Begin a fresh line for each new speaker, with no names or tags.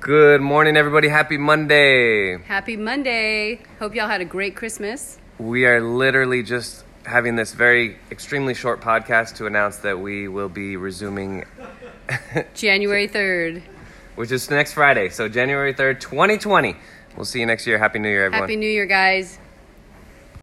Good morning, everybody. Happy Monday.
Happy Monday. Hope y'all had a great Christmas.
We are literally just having this very extremely short podcast to announce that we will be resuming,
January 3rd.
which is next Friday. So, January 3rd, 2020. We'll see you next year. Happy New Year, everyone.
Happy New Year, guys.